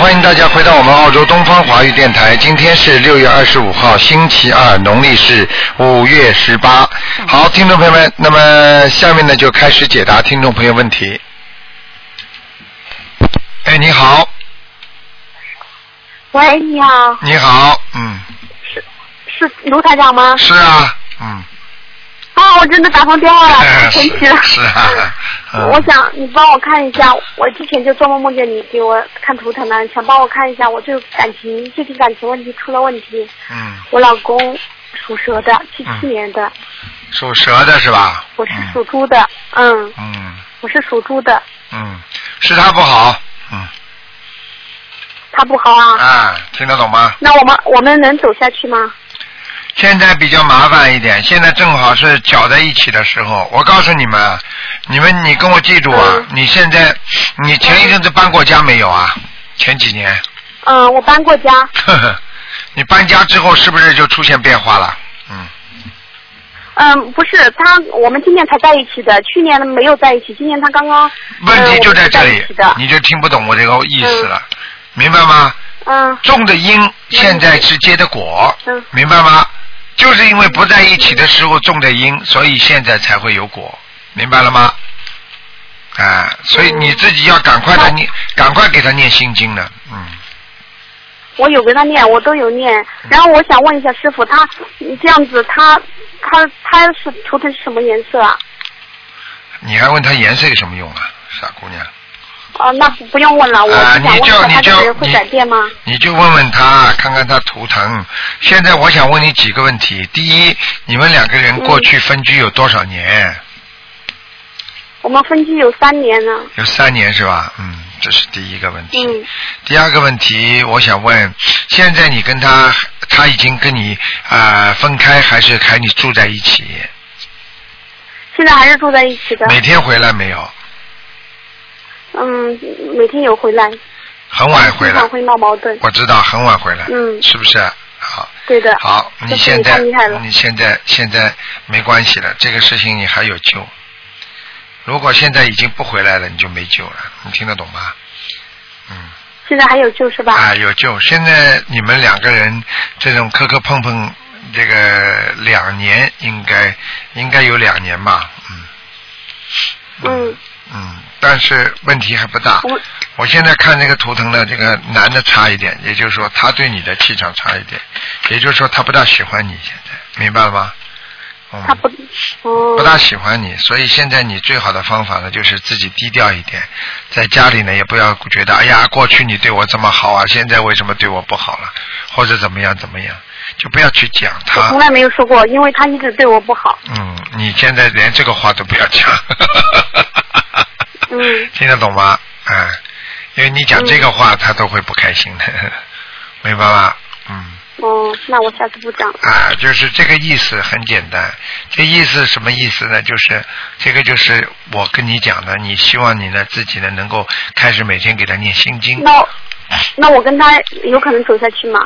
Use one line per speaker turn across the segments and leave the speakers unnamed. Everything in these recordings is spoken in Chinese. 欢迎大家回到我们澳洲东方华语电台。今天是六月二十五号，星期二，农历是五月十八。好，听众朋友们，那么下面呢就开始解答听众朋友问题。哎，你好，
喂，你好，
你好，嗯，
是卢台长吗？
是啊，嗯，哎
啊，我真的打通电话了，太神奇了。
是啊，嗯
我想你帮我看一下，我之前就做梦梦见你给我看图腾呢，想帮我看一下我这个感情最近感情问题出了问题。
嗯，
我老公属蛇的，七七年的，
属蛇的是吧？
我是属猪的，嗯，
嗯嗯
我是属猪的，
嗯，是他不好，嗯，
他不好啊。
啊，听得懂吗？
那我们我们能走下去吗？
现在比较麻烦一点，现在正好是搅在一起的时候。我告诉你们啊，你们你跟我记住啊，
嗯
你现在你前一阵子搬过家没有啊？前几年，
嗯，我搬过家，
呵呵，你搬家之后是不是就出现变化了？嗯，
嗯，不是他，我们今年才在一起的，去年没有在一起，今年他刚刚。
问题
嗯
就在这
我们在一
里
起，的
你就听不懂我这个意思了，明白吗？
嗯
种的因现在是结的果，
嗯
明白吗？就是因为不在一起的时候种的因，所以现在才会有果，明白了吗？啊，所以你自己要赶快的
嗯
念，赶快给他念心经了，嗯，
我有跟他念，我都有念。然后我想问一下师傅，他嗯这样子，他他他是图腾是什么颜色啊？
你还问他颜色有什么用啊，傻姑娘？
哦、那不不用问了，我是
啊
想问一下
你就你
他这
就
个人会改变吗？
你就问问他，看看他图腾。现在我想问你几个问题：第一，你们两个人过去分居有多少年？
我们分居有三年了，
有三年是吧？嗯，这是第一个问题。
嗯
第二个问题，我想问，现在你跟他，他已经跟你啊、呃分开，还是还你住在一起？
现在还是住在一起的。
每天回来没有？
嗯，每天有回来，
很晚回
经
来
常，会闹矛盾。
我知道很晚回来，
嗯
是不是？好，
对的。
好，你
这是
现
你
在
太厉害了
你现在现在没关系了，这个事情你还有救。如果现在已经不回来了，你就没救了，你听得懂吗？嗯。
现在还有救是吧？
啊，有救！现在你们两个人这种磕磕碰碰，这个两年应该应该有两年吧，嗯
嗯，
嗯，但是问题还不大。
我
我现在看这个图腾呢，这个男的差一点，也就是说他对你的气场差一点，也就是说他不大喜欢你，现在明白了吗？嗯，
他不，哦、
不大喜欢你，所以现在你最好的方法呢，就是自己低调一点，在家里呢也不要觉得哎呀，过去你对我这么好啊，现在为什么对我不好了，或者怎么样怎么样，就不要去讲
我从
他。
来没有说过，因为他一直对我不好。
嗯，你现在连这个话都不要讲。
嗯
听得懂吗？啊，因为你讲这个话，他都会不开心的， 明白吗？嗯。
哦，那我下次不讲了。
啊，就是这个意思很简单。这意思什么意思呢？就是这个就是我跟你讲的，你希望你呢自己呢能够开始每天给他念心经，
那那我跟他有可能走下去吗？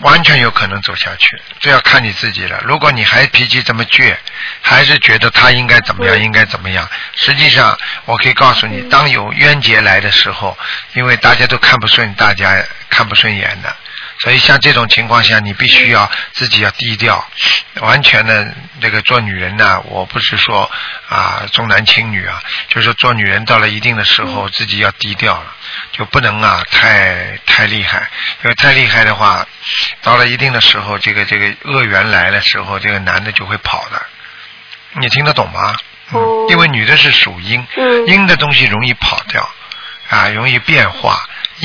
完全有可能走下去。这要看你自己了。如果你还脾气这么倔，还是觉得他应该怎么样，
嗯
应该怎么样，实际上我可以告诉你，当有冤结来的时候，因为大家都看不顺，大家看不顺眼的。所以像这种情况下，你必须要自己要低调，完全的这个做女人呢，我不是说啊重男轻女啊，就是说做女人到了一定的时候，自己要低调了，就不能啊太太厉害，因为太厉害的话，到了一定的时候，这个这个恶缘来的时候，这个男的就会跑的，你听得懂吗？嗯
哦，
因为女的是属阴，
嗯
阴的东西容易跑掉，啊，容易变化；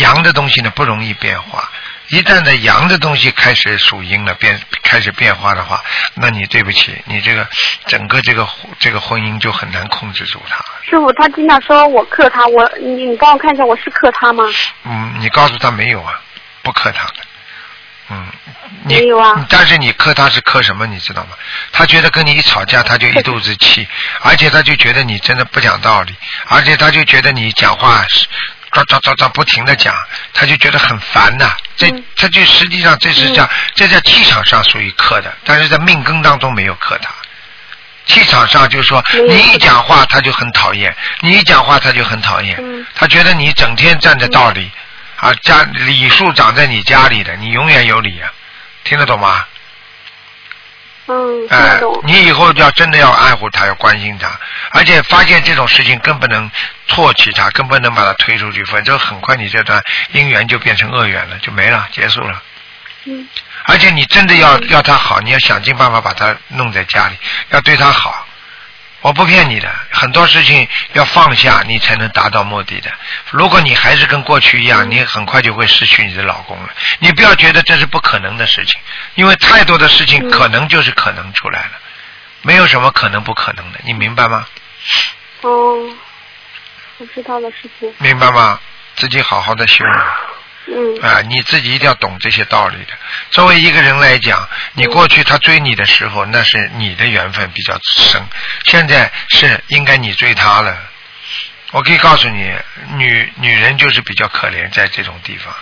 阳的东西呢不容易变化。一旦呢阳的东西开始属阴了，变开始变化的话，那你对不起，你这个整个这个这个婚姻就很难控制住它。
师傅，他经常说我克他，我你你帮我看一下，我是克他吗？
嗯，你告诉他没有啊，不磕他的。嗯，你
没有啊
嗯但是你磕他是磕什么，你知道吗？他觉得跟你一吵架，他就一肚子 气，而且他就觉得你真的不讲道理，而且他就觉得你讲话是喳喳喳喳不停的讲，他就觉得很烦呐、这
嗯
他就实际上这是叫、这在气场上属于克的，但是在命根当中没有克他。气场上就是说，
没有
你一
克他
讲话他就很讨厌，你一讲话他就很讨厌，
嗯
他觉得你整天站着道理，啊，家李树长在你家里的，你永远有理啊，听得懂吗？
嗯，听
哎、
得懂。
你以后要真的要爱护他，要关心他，而且发现这种事情更不能唾弃他，更不能把他推出去，否则很快你这段姻缘就变成恶缘了，就没了，结束了。
嗯
而且你真的要要他好，你要想尽办法把他弄在家里，要对他好。我不骗你的，很多事情要放下，你才能达到目的的。如果你还是跟过去一样，你很快就会失去你的老公了。你不要觉得这是不可能的事情，因为太多的事情
嗯
可能就是可能出来了，没有什么可能不可能的，你明白吗？
哦，我知道了，师傅。
明白吗？自己好好的修。
嗯
啊，你自己一定要懂这些道理的。作为一个人来讲，你过去他追你的时候，那是你的缘分比较深，现在是应该你追他了。我可以告诉你，女女人就是比较可怜，在这种地方，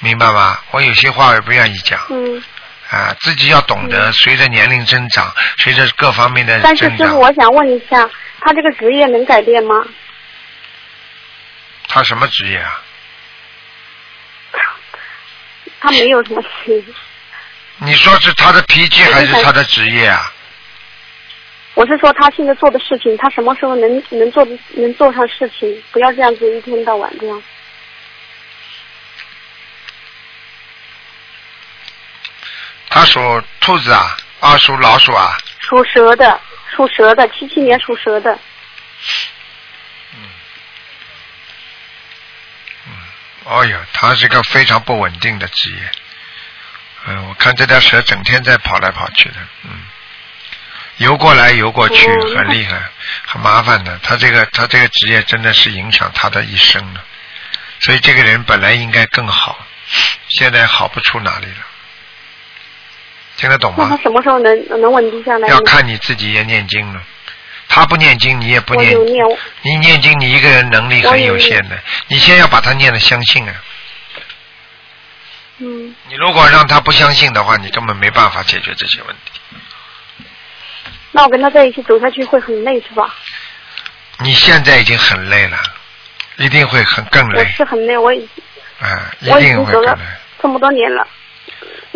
明白吗？我有些话我也不愿意讲
嗯，
啊，自己要懂得，随着年龄增长，随着各方面的
但是
增
师傅，
长，
我想问一下，他这个职业能改变吗？
他什么职业啊？
他没有什么职业，
你说是他的脾气还是他的职业啊？
我是说他现在做的事情，他什么时候能能做能做上事情？不要这样子一天到晚这样。
他属兔子啊，啊属老鼠啊。
属蛇的，属蛇的，七七年属蛇的，
哦呦，他是个非常不稳定的职业。嗯，我看这条蛇整天在跑来跑去的，嗯，游过来游过去，
哦
很厉害，很麻烦的。他这个他这个职业真的是影响他的一生了。所以这个人本来应该更好，现在好不出哪里了。听得懂
那他
吗？
什么时候能能稳定下来呢？
啊要看你自己也念经了。他不念经，你也不
我
念
有。念，
你念经，你一个人能力很有限的。你先要把他念的相信啊。
嗯
你如果让他不相信的话，你根本没办法解决这些问题。
那我跟他在一起走下去会很累是吧？
你现在已经很累了，一定会很更
我
累，
是很累，我已
啊，一
我已
定
经
会
走
更
了
累，
这么多年了。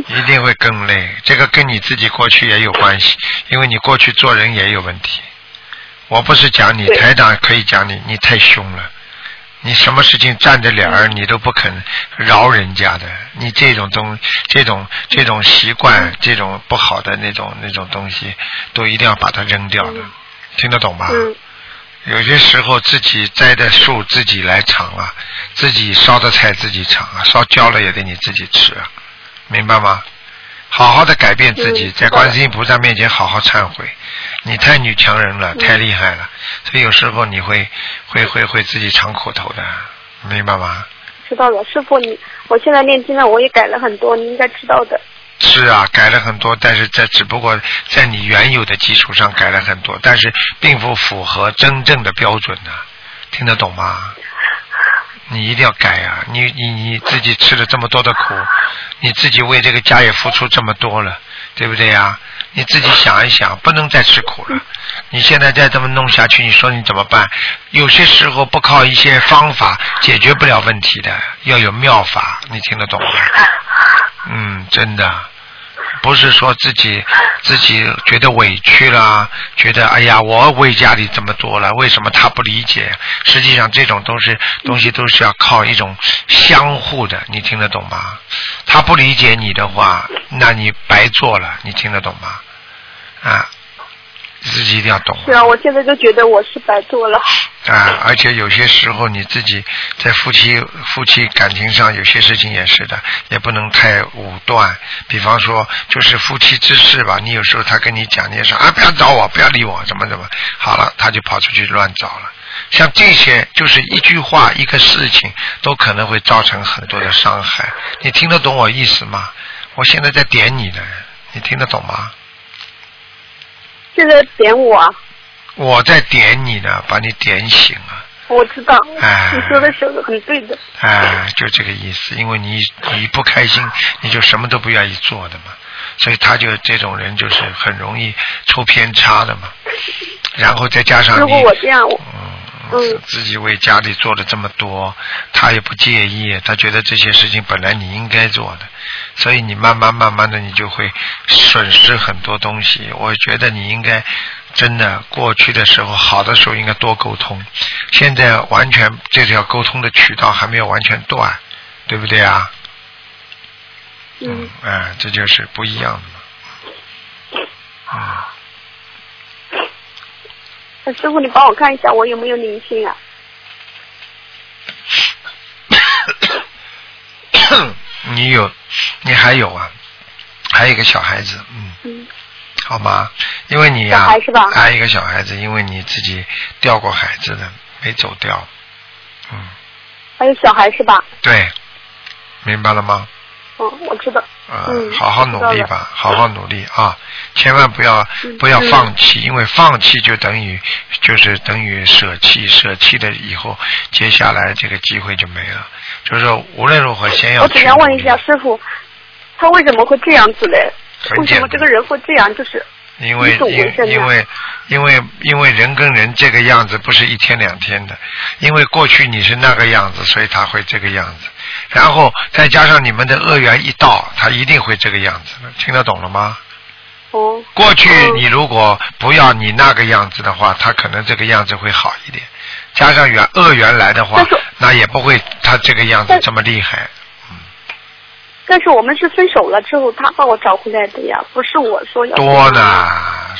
一定会更累。这个跟你自己过去也有关系，因为你过去做人也有问题。我不是讲你，
对
台长可以讲你，你太凶了。你什么事情占着脸
嗯
儿，你都不肯饶人家的，你这种东，这种这种习
嗯
惯，这种不好的那种那种东西，都一定要把它扔掉的
嗯，
听得懂吧？
嗯
有些时候自己栽的树自己来尝啊，自己烧的菜自己尝啊，烧焦了也得你自己吃啊，明白吗？好好的改变自己，
嗯
在观世音菩萨面前好好忏悔。你太女强人了，
嗯
太厉害了，所以有时候你会会会会自己尝苦头的，明白吗？
知道了，师傅你，我现在念经了，我也改了很多，你应该知道的。
是啊，改了很多，但是这只不过在你原有的基础上改了很多，但是并不符合真正的标准呢、听得懂吗？你一定要改啊！你你你自己吃了这么多的苦，你自己为这个家也付出这么多了，对不对呀、你自己想一想，不能再吃苦了。你现在再这么弄下去，你说你怎么办？有些时候不靠一些方法解决不了问题的，要有妙法，你听得懂吗？嗯，真的，不是说自己自己觉得委屈啦，觉得哎呀，我为家里这么多了，为什么他不理解？实际上，这种都是东西都是要靠一种相互的，你听得懂吗？他不理解你的话，那你白做了，你听得懂吗？啊，自己一定要懂。
是啊，我现在就觉得我是白做了。
啊，而且有些时候你自己在夫妻夫妻感情上有些事情也是的，也不能太武断。比方说，就是夫妻之事吧，你有时候他跟你讲，你也说啊，不要找我，不要理我，怎么怎么，好了，他就跑出去乱找了。像这些，就是一句话、一个事情，都可能会造成很多的伤害。你听得懂我意思吗？我现在在点你呢，你听得懂吗？
现在点我啊，
我在点你呢，把你点醒啊。
我知道，
哎
你说的是很对的。
啊，就这个意思，因为你你不开心，你就什么都不愿意做的嘛，所以他就这种人就是很容易出偏差的嘛，然后再加上
如
你
果，我这样，我
嗯，
嗯
自己为家里做了这么多，他也不介意，他觉得这些事情本来你应该做的，所以你慢慢慢慢的你就会损失很多东西。我觉得你应该真的过去的时候好的时候应该多沟通，现在完全这条沟通的渠道还没有完全断，对不对啊？
嗯，
哎、这就是不一样的嘛。啊、
师傅，你帮我看一下我有没有灵性啊？
你有，你还有啊，还有一个小孩子，嗯，
嗯，
好吗？因为你呀、
小孩是吧
还有一个小孩子，因为你自己掉过孩子的，没走掉，嗯，
还有小孩是吧？
对，明白了吗？
嗯，我知道。
啊、
嗯
好好努力
知道
吧，好好努力啊！千万不要
嗯
不要放弃，因为放弃就等于就是等于舍弃，舍弃了以后，接下来这个机会就没了。就是说无论如何，先要
我只
去
想问
努
一
力
下师傅，他为什么会这样子嘞？
很
为
简单
什么这个人会这样？就是
因为
你懂我现
因
在
因为因为因为人跟人这个样子不是一天两天的，因为过去你是那个样子，所以他会这个样子，然后再加上你们的恶缘一到，他一定会这个样子的，听得懂了吗？
哦，
过去
嗯
你如果不要你那个样子的话，他可能这个样子会好一点，加上缘恶缘来的话
但是，
那也不会他这个样子
但
这么厉害。
但是我们是分手了之后，他把我找回来的呀，不是我说要
多呢。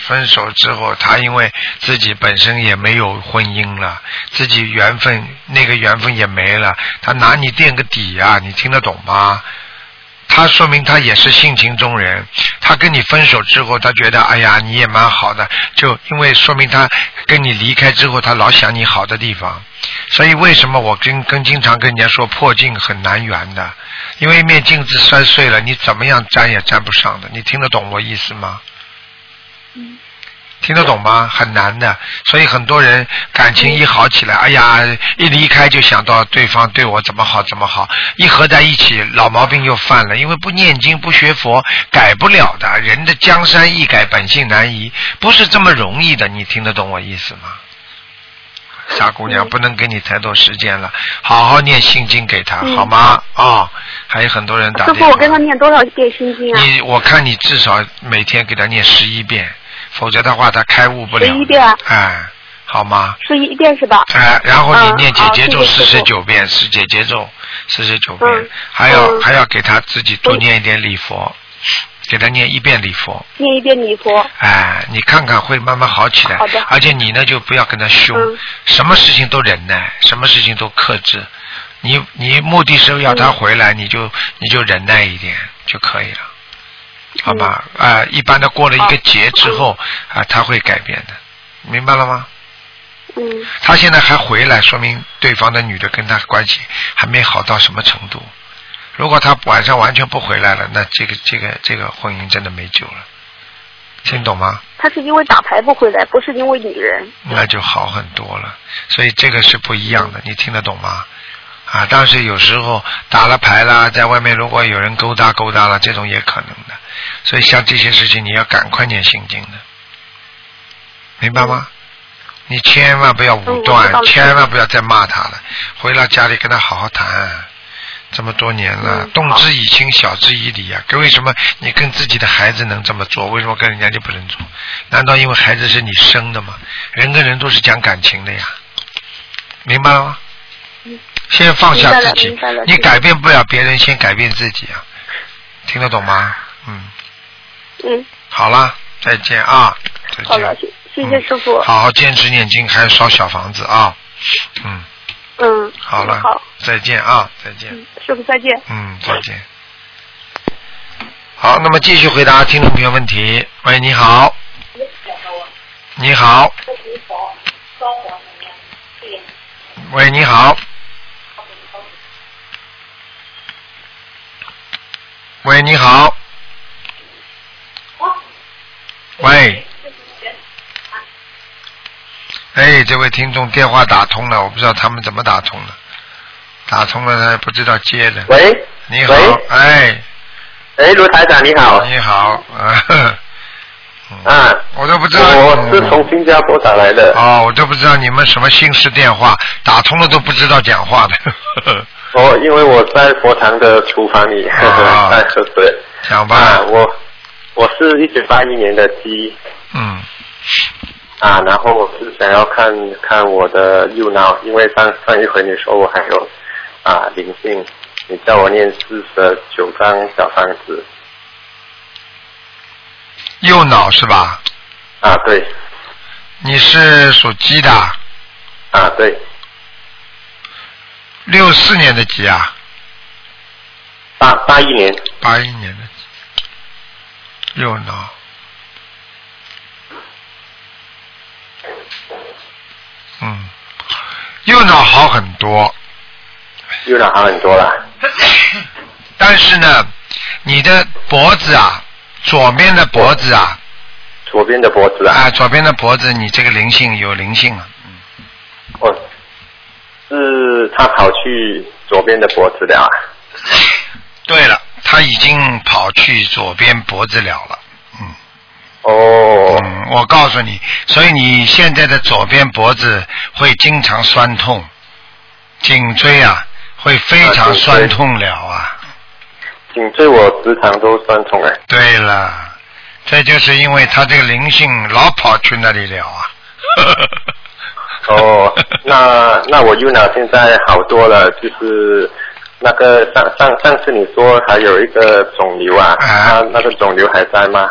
分手之后，他因为自己本身也没有婚姻了，自己缘分那个缘分也没了，他拿你垫个底啊，你听得懂吗？他说明他也是性情中人，他跟你分手之后，他觉得哎呀你也蛮好的，就因为说明他跟你离开之后，他老想你好的地方，所以为什么我跟跟经常跟人家说破镜很难圆的，因为一面镜子摔碎了，你怎么样粘也粘不上的，你听得懂我意思吗？听得懂吗？很难的，所以很多人感情一好起来，
嗯
哎呀，一离开就想到对方对我怎么好怎么好，一合在一起老毛病又犯了，因为不念经不学佛改不了的，人的江山易改本性难移，不是这么容易的，你听得懂我意思吗？傻姑娘，
嗯
不能给你太多时间了，好好念心经给她，
嗯
好吗？啊、还有很多人打
师
电
傅，
话。
我跟他念多少遍心经啊？
你我看你至少每天给他念十一遍，否则的话他开悟不了。
11遍啊
哎，好吗？
是一遍是吧？
哎，然后你
嗯
念姐姐咒
好
四
谢谢
十
师
九遍，是姐姐咒四十九遍
嗯，
还要、
嗯
还要给他自己多
我
念一点礼佛，给他念一遍礼佛。
念一遍礼佛。
哎，你看看会慢慢好起来。
好的
而且你呢，就不要跟他凶，
嗯
什么事情都忍耐，什么事情都克制。你你目的是要
嗯
他回来，你就你就忍耐一点就可以了，好吧？啊、一般的过了一个
好
节之后啊、他会改变的，明白了吗？
嗯，
他现在还回来，说明对方的女的跟他关系还没好到什么程度。如果他晚上完全不回来了，那这个这个这个婚姻真的没救了，听懂吗？
他是因为打牌不回来，不是因为女人。
那就好很多了。所以这个是不一样的，你听得懂吗？啊，但是有时候打了牌啦，在外面如果有人勾搭勾搭了，这种也可能的。所以像这些事情，你要赶快念心经的，明白吗？你千万不要武断
嗯我知道，了
千万不要再骂他了。回到家里跟他好好谈，这么多年了，
嗯
动之以情，晓之以理啊。为什么你跟自己的孩子能这么做，为什么跟人家就不能做？难道因为孩子是你生的吗？人跟人都是讲感情的呀，明白了吗？
嗯
先放下自己
明白了明白了，
你改变不了别人，先改变自己啊，听得懂吗？嗯，
嗯，
好了，再见啊，再
好了
见，，
谢谢谢
嗯
师傅。
好好坚持念经，还有烧小房子啊，嗯，
嗯，
好了，
好，
再见啊，再见。
嗯，师傅再见。
嗯，再见。好，那么继续回答听众朋友问题。喂，你好。你好。喂，你好。喂，你好。喂。哎，这位听众电话打通了，我不知道他们怎么打通的，打通了他也不知道接的。
喂，
你好
喂，
哎，
哎，卢台长你好，
你好，啊，呵呵
啊，
啊我都不知道
我是从新加坡打来的。
哦，我都不知道你们什么姓氏电话，打通了都不知道讲话的。
哦，因为我在佛堂的厨房里呵
啊
呵 在喝水。
讲吧
啊，，我我是一九八一年的鸡
嗯，
啊，然后我是想要看看我的右脑，因为上上一回你说我还有啊灵性，你叫我念四十九张小房子
右脑是吧？
啊，对
你是属鸡的，
啊对
六四年的鸡啊，
八八一年
八一年的鸡，右脑。嗯，右脑好很多，
右脑好很多了
但是呢，你的脖子啊，左边的脖子啊，
左边的脖子啊，
啊，左边的脖子，你这个灵性有灵性了，啊
哦，是他跑去左边的脖子了啊，
对了，他已经跑去左边脖子了了。
哦
嗯，我告诉你，所以你现在的左边脖子会经常酸痛，颈椎啊会非常酸痛了啊。
颈椎我时常都酸痛哎、
对了，这就是因为他这个灵性老跑去那里了 啊。
哦，那那我右脑现在好多了，就是那个上上上次你说还有一个肿瘤啊，
啊
那那个肿瘤还在吗？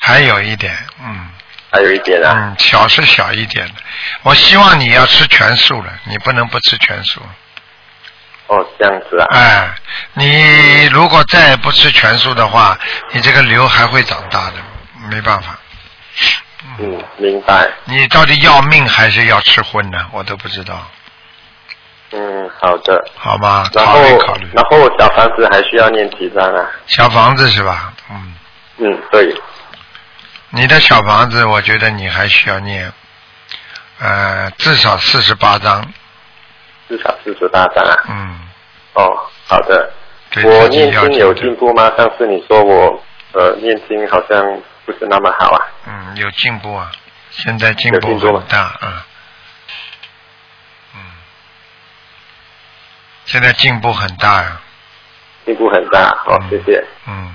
还有一点，嗯
还有一点啊，
嗯，小是小一点的。我希望你要吃全素了，你不能不吃全素。
哦，这样子啊，
哎，你如果再不吃全素的话，你这个瘤还会长大的，没办法。
嗯，明白，
你到底要命还是要吃荤呢？我都不知道，
嗯，好的，
好吗？
然
考
后
虑考虑。
然后小房子还需要念几张啊？
小房子是吧？嗯，
嗯，对，
你的小房子，我觉得你还需要念，呃，至少四十八章。
至少四十八张啊，
嗯，
哦，好的，
给
我
自己
念
要
经有进步吗？上次你说我呃念经好像不是那么好啊，
嗯，有进步啊，现在进
有
步
进步
很大啊。嗯，现在进步很大呀、
进步很大，哦，谢谢。
嗯，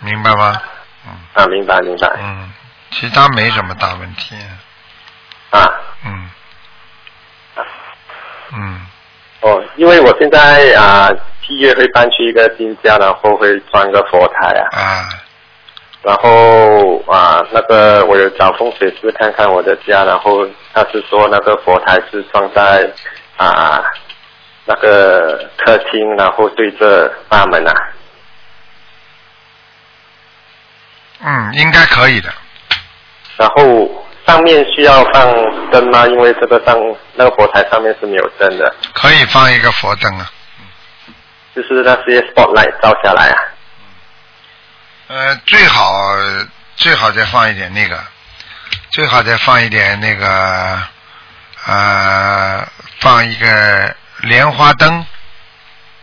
明白吗？
啊，明白明白
嗯，其他没什么大问题。
啊，
嗯，嗯，
哦，因为我现在啊七月会搬去一个新家，然后会装个佛台啊，
啊，
然后啊那个我有找风水师看看我的家，然后他是说那个佛台是放在啊那个客厅，然后对着大门啊，
嗯，应该可以的。
然后上面需要放灯吗？因为这个上那个佛台上面是没有灯的，
可以放一个佛灯啊。
就是那些 spotlight 照下来啊。
呃，最好最好再放一点那个，最好再放一点那个，呃，放一个莲花灯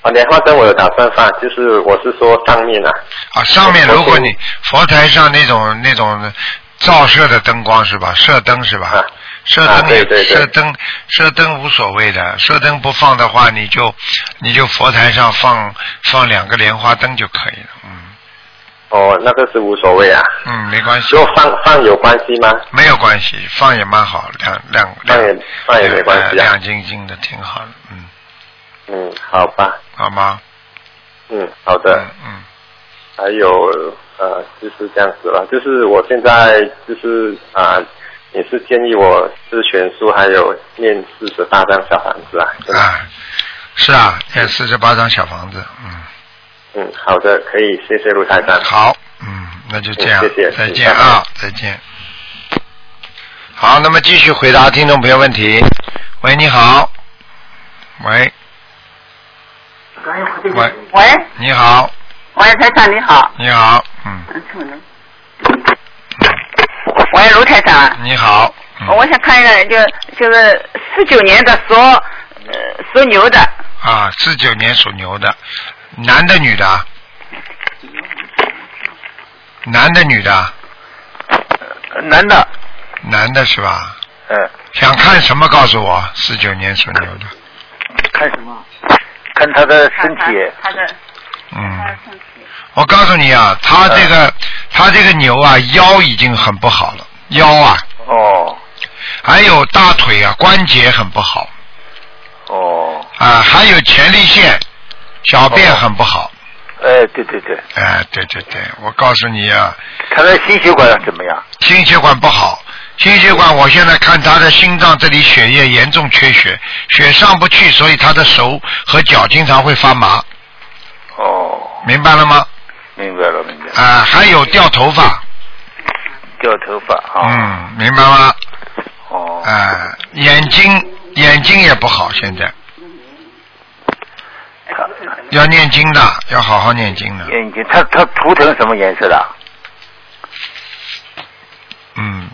啊，莲花灯我有打算放，就是我是说上面啊，
啊。上面如果你佛台上那种那种照射的灯光是吧？射灯是吧？
啊
射灯也、
啊对对对
射灯射灯无所谓的，射灯不放的话，你就你就佛台上放放两个莲花灯就可以了。嗯
哦，那个是无所谓啊。
嗯，没关系。
如果放放有关系吗？
没有关系，放也蛮好，两两
放
两呃
也放也没关系啊
两斤斤的挺好的，嗯，
嗯，好吧，
好吗？
嗯，好的。
嗯嗯，
还有呃，就是这样子了。就是我现在就是啊、你是建议我吃全书，还有念四十八张小房子啊？是吗
啊，是啊，这四十八张小房子，嗯，
嗯，好的，可以，谢谢陆台长。
好，嗯，那就这样，
嗯谢谢
再见啊，再见。好，那么继续回答听众朋友问题。喂，你好，喂，
嗯
喂，
哎喂，
你好，
喂，台长你好。
你好，嗯，
喂，卢台长，
你好，嗯
我想看一个，就就是四九年的属呃属牛的
啊，四九年属牛的，男的女的啊？男的女的啊？
男的，
男的是吧？
嗯，
想看什么告诉我，四九年属牛的，
看什么？看他的身体，
他的他
嗯
的，身体，
我告诉你啊，他这
嗯
个他这个牛啊，腰已经很不好了，腰啊，
哦
还有大腿啊，关节很不好
哦，
啊，还有前列腺、小便很不好。
哎，对对对，
哎，对对对，我告诉你啊，
他的心血管怎么样？
心血管不好，心血管我现在看他的心脏这里血液严重缺血，血上不去，所以他的手和脚经常会发麻，
哦，
明白了吗？
明白了明白了，
啊，还有掉头发，
掉头发啊，
嗯，明白吗？
哦，
啊，眼睛眼睛也不好，现在
他
要念经的，要好好念经的，
眼睛，他他图腾什么颜色的？
嗯，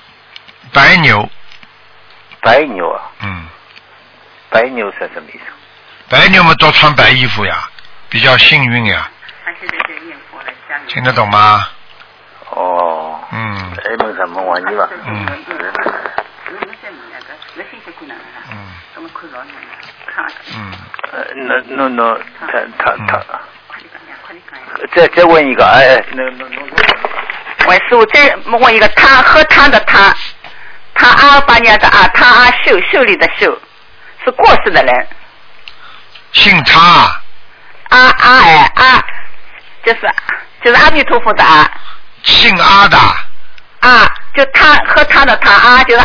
白牛，
白牛啊，
嗯，
白牛是什么意思？
白牛嘛多穿白衣服呀，比较幸运呀，
他现在在念佛了，家里。
听得懂吗？
哦，
嗯
哎，没什么玩意吧？
嗯嗯嗯，
呃，那那那，他他他，
喂，
再再问一个，哎，哎那那那
师傅，再问一个他喝汤的他，他阿尔巴尼亚的啊，他阿秀秀丽的秀，是过世的人，
姓他啊。
阿阿哎阿，就是就是阿弥陀佛的阿
姓阿的，
啊，就他喝汤的他阿就是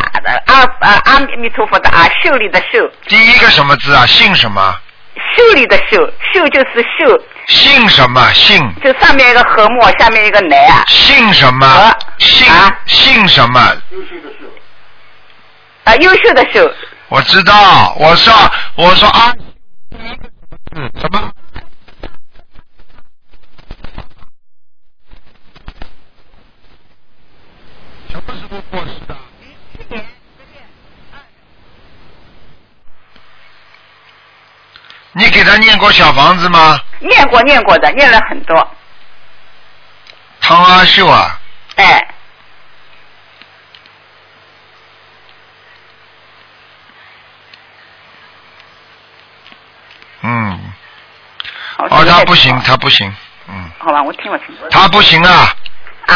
阿阿阿弥陀佛的阿，秀丽的秀，
第一个什么字啊？姓什么？
秀丽的秀，秀就是秀，
姓什么？姓
就上面一个和木，下面一个男啊，
姓什么
啊？
姓
啊
姓什么？
啊，优秀的秀，
我知道，我说我说啊，嗯，什么？什么时候过世的？你给他念过小房子吗？
念过念过的，念了很多，
汤阿秀啊。
哎，
嗯，
好
哦，他不行，他不行，嗯，
好吧，我听不清楚。
他不行啊，
啊，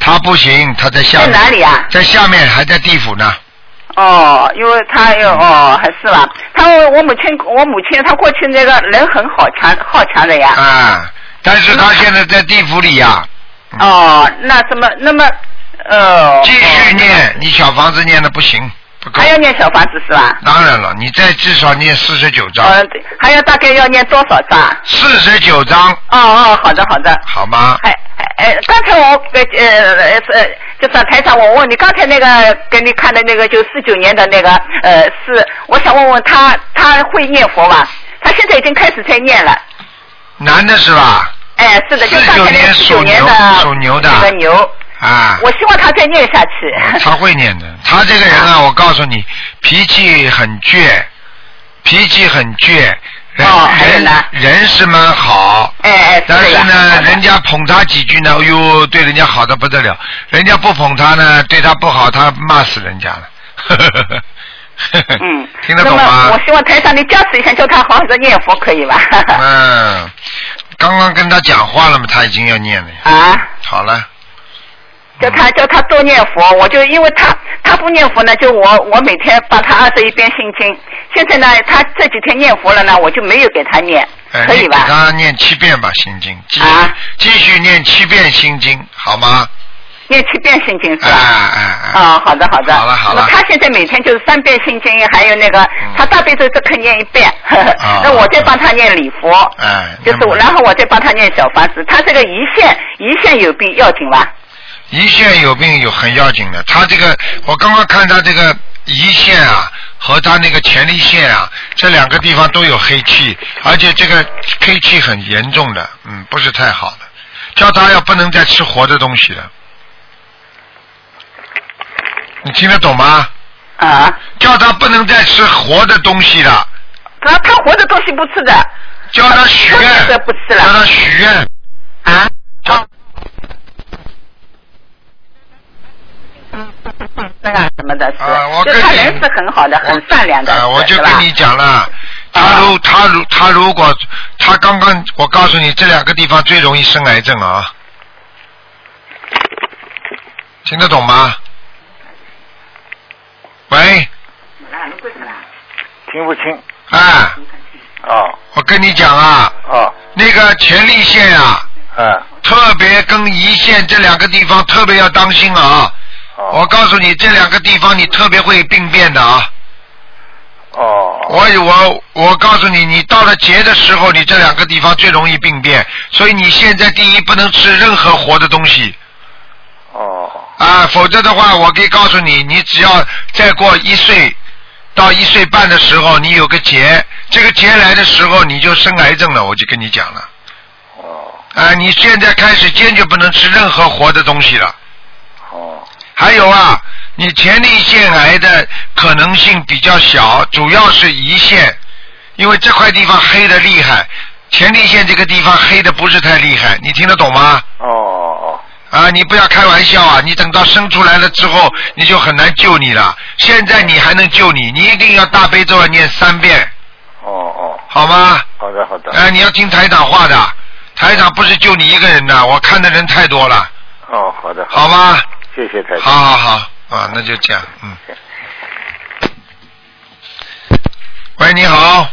他不行，他在下
在
面，
哪里啊？
在下面还在地府呢，
哦，因为他有哦，还是吧？他我母亲，我母亲她过去那个人很好强，好强的呀。
啊，但是他现在在地府里呀、嗯
哦，那怎么那么呃？
继续
哦
念，你小房子念的不行，不够
还，要念小房子是吧？
当然了，你再至少念四十九章，
呃，对还要大概要念多少章？
四十九章，
哦哦，好的好的。
好吗？
哎哎，哎，刚才我呃呃呃，就是台长，我问你刚才那个给你看的那个，就四九年的那个呃，是我想问问他，他会念佛吧？他现在已经开始在念了。
男的是吧？
哎，是的，就刚才那
49
九
年
年的
属牛的哦
那个牛，
啊，
我希望他再念下去。
他会念的，他这个人啊，我告诉你，脾气很倔，脾气很倔，人、
哦还有
人
呢
人是蛮好，
哎哎，
但
的
是
呀
呢，
好的
人家捧他几句呢，哎呦，对人家好的不得了；人家不捧他呢，对他不好，他骂死人家了。
嗯，
听得懂
那么
吗
我？希望台长你加持一下，叫他好好的念佛，可以吧？
嗯，刚刚跟他讲话了嘛，他已经要念了呀。
啊。
好了，
叫他叫他多念佛，我就因为他他不念佛呢，就我我每天帮他二十一遍心经。现在呢，他这几天念佛了呢，我就没有给他念，
哎，
可
你
以
给
吧？
他念七遍吧，心经，继续、
啊
继续念七遍心经，好吗？
念七遍心经是
哎
吧？
哎哎，
啊、好的好的。
好了好了
那么他现在每天就是三遍心经，还有那个、
嗯
他大悲咒只肯念一遍，
啊
那我再帮他念礼佛，
哎，
就是
那
我
么
然后我再帮他念小房子。他这个胰腺胰腺有病要紧吧？
胰腺有病有很要紧的，他这个我刚刚看他这个胰腺啊和他那个前列腺啊这两个地方都有黑气，而且这个黑气很严重的，嗯，不是太好的，叫他要不能再吃活的东西了。你听得懂吗？
啊，
叫他不能再吃活的东西了，
他他活的东西不吃的
叫他许愿
这不吃，了
叫他许愿，
啊。
叫
嗯么的事，
啊我
就
跟
他
你
人是很好的，很善良的，
啊，我就是跟
吧？
你讲了，他
啊
如他如他如果他刚刚，我告诉你，这两个地方最容易生癌症啊，听得懂吗？喂，啊
听不清
哎，
哦
我跟你讲啊，
哦
那个前列腺啊，
啊
特别跟胰腺这两个地方特别要当心啊。
哦
我告诉你，这两个地方你特别会病变的啊。
哦
我我我告诉你，你到了节的时候，你这两个地方最容易病变，所以你现在第一不能吃任何活的东西
哦
啊，否则的话，我可以告诉你，你只要再过一岁到一岁半的时候，你有个节，这个节来的时候你就生癌症了，我就跟你讲了
哦
啊，你现在开始坚决不能吃任何活的东西了。
哦
还有啊，你前列腺癌的可能性比较小，主要是胰腺，因为这块地方黑的厉害，前列腺这个地方黑的不是太厉害，你听得懂吗？
哦哦
啊，你不要开玩笑啊！你等到生出来了之后，你就很难救你了。现在你还能救你，你一定要大悲咒要念三遍，
哦哦，
好吗？
好的好的，
哎、你要听台长话的，台长不是救你一个人的，我看的人太多了，
哦好的
好吗？
谢谢台
好
长，
好好，啊，那就这样，嗯。喂，你好，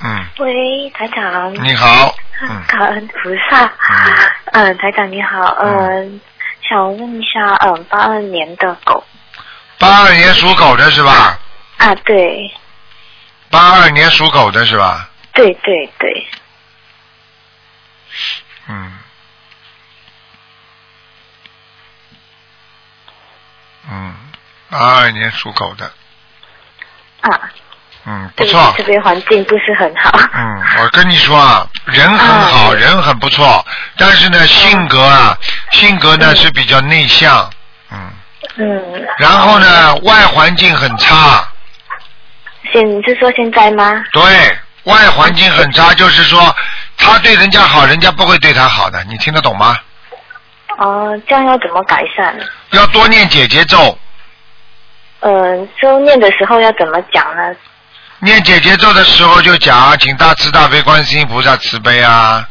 嗯，
喂，台长，
你好，嗯，
感恩菩萨。嗯，台长你好，嗯，想问一下，嗯，八二年的狗
八二年属狗的是吧？
啊，对，
八二年属狗的是吧？
对对对，
嗯，嗯，八二年属狗的，
啊，
嗯，不
对
错，
这边环境不是很好。
嗯，我跟你说啊，人很好，
嗯
人很不错，但是呢，性格啊，性格呢
嗯
是比较内向，嗯，
嗯，
然后呢，外环境很差，
现你是说现在吗？
对，外环境很差，
嗯
就是说他对人家好，人家不会对他好的，你听得懂吗？
哦，这样要怎么改善？
要多念姐姐咒，
嗯，收念的时候要怎么讲呢？
念姐姐咒的时候就讲，请大慈大悲观世音菩萨慈悲啊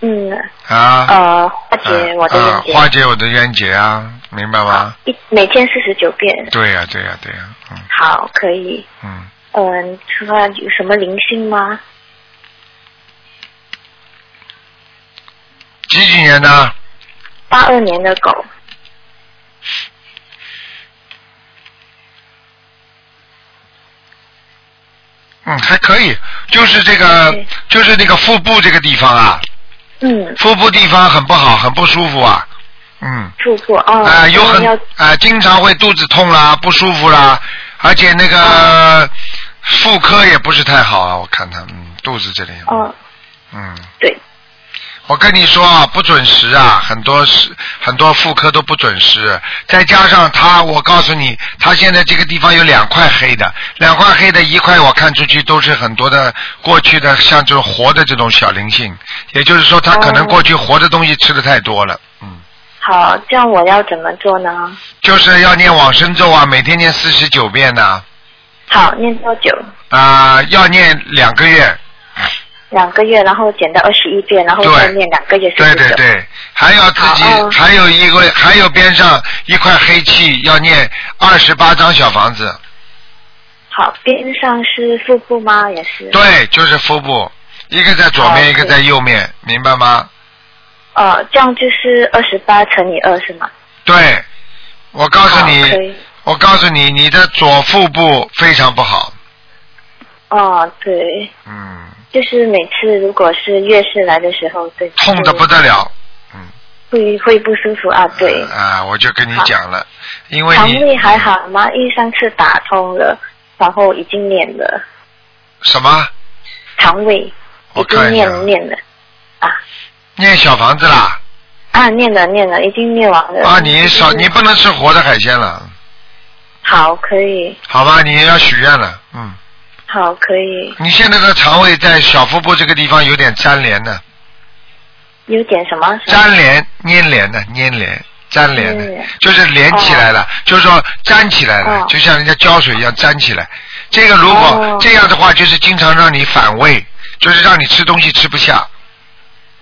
嗯，
啊，
呃，化解
啊
我的
啊
冤结。
化解我的冤结啊，明白吗？
一每天四十九遍。
对呀、对呀、对呀、嗯
好，可以。
嗯。
嗯，除了有什么灵性吗？
几几年的？
八二年的狗，
嗯，还可以，就是这个
对，
就是那个腹部这个地方啊，
嗯，
腹部地方很不好，很不舒服啊。嗯，
腹部哦，
啊、有很
要
啊、经常会肚子痛啦，不舒服啦，而且那个
哦
妇科也不是太好啊，我看他，嗯，肚子这里，
哦，
嗯，
对，
我跟你说啊，不准时啊，很多时很多妇科都不准时，再加上他，我告诉你，他现在这个地方有两块黑的，两块黑的，一块我看出去都是很多的过去的像这种活的这种小灵性，也就是说他可能
哦
过去活的东西吃的太多了，嗯，
好，这样我要怎么做呢？
就是要念往生咒啊，每天念四十九遍呐、
好，念多久？
啊，要念两个月，
两个月，然后减到二十一遍，然后再
对
念两个月四
对
十
对
九。
对，还要自己，
好嗯
还有一个，还有边上一块黑气，要念二十八张小房子。
好，边上是腹部吗？也是。。
对，就是腹部，一个在左
好
面，一个
对
在右面，明白吗？
呃，这样就是二十八乘以二是吗？
对，我告诉
好可
你
以，
我告诉你，你的左腹部非常不好，
哦，对，
嗯，
就是每次如果是月事来的时候，对，
痛的不得了。
会会不舒服啊，对。
啊，我就跟你
好
讲了，因为
肠
你
胃还好吗？因为上次打通了，然后已经念了
什么
肠胃，
我
已
看
经
一下
念了念了啊
念小房子啦？
啊，念了念了，已经念完了。
啊，你少
嗯
你不能吃活的海鲜了，
好可以，
好吧？你要许愿了，嗯。
好可以，
你现在的肠胃在小腹部这个地方有点粘连的，
有点什么？什么
粘连、粘连的、粘连，粘连的
是，
就是连起来了，就是说粘起来了，
哦
就像人家胶水一样粘起来。这个如果
哦
这样的话，就是经常让你反胃，就是让你吃东西吃不下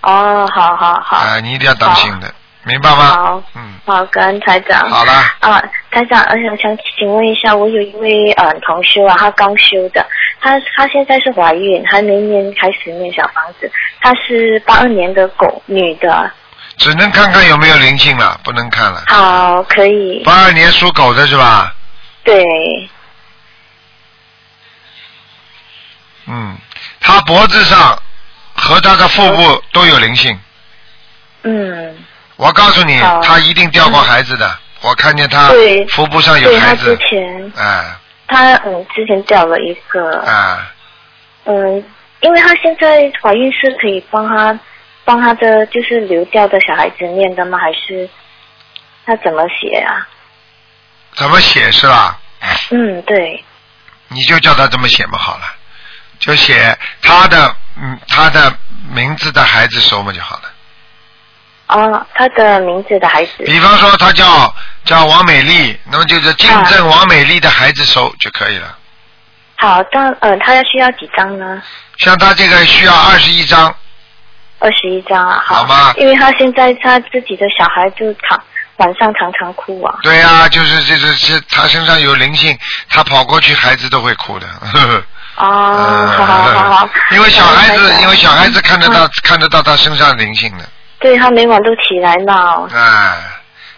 哦，好好好。
啊、你一定要当心的，明白吗
好？
嗯，
好，感恩台长。
好了，
啊，台长，而且我想请问一下，我有一位呃同修啊，她刚修的，她她现在是怀孕，还没念开始念小房子，她是八二年的狗，女的。
只能看看有没有灵性了，不能看了。
好，可以。
八二年属狗的是吧？
对，
嗯，他脖子上和他的腹部都有灵性。
嗯，
我告诉你
好，嗯
他一定掉过孩子的。我看见他
对
腹啊部上有
对，她
孩
之
子，
前
哎
她嗯之前掉了一个，
哎，
嗯，因为她现在怀孕是可以帮她帮她的就是流掉的小孩子念的吗？还是她怎么写啊？
怎么写是吧？
嗯，对，
你就叫他这么写嘛，好了，就写他的嗯他的名字的孩子手嘛就好了。
哦，她的名字的孩子。
比方说他叫叫王美丽，那么就是竞争王美丽的孩子手就可以了。
好，但呃，他要需要几张呢？
像他这个需要二十一张，
二十一张啊，
好吗
因为他现在他自己的小孩就常晚上常常哭啊。
对呀、就是这这这，他身上有灵性，他跑过去，孩子都会哭的。呵呵
哦，好好好好。
呃因为小孩
嗯
子，因为小孩子看得到、
嗯
看得到他身上灵性的，
对他每晚都起来闹。
哎，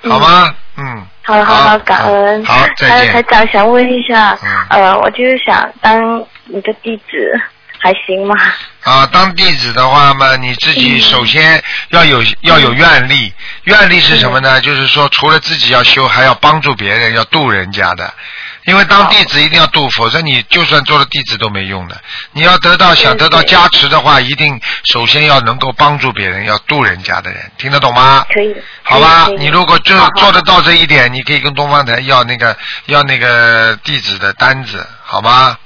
好吗？嗯，
好了好了，感恩。
好，再
还有台
见。
长想问一下，
嗯
呃，我就是想当你的弟子，还行吗？
啊，当弟子的话嘛，你自己
嗯
首先要有、要有愿力，愿力是什么
嗯
呢？就是说，除了自己要修，还要帮助别人，要度人家的。因为当弟子一定要度，否则你就算做了弟子都没用的。你要得到想得到
嗯对对
加持的话，一定首先要能够帮助别人，要度人家的人，听得懂吗？
可以。
好吧
可以，可以
你如果就
好好
做得到这一点，你可以跟东方台要那个要那个地址的单子，好吗？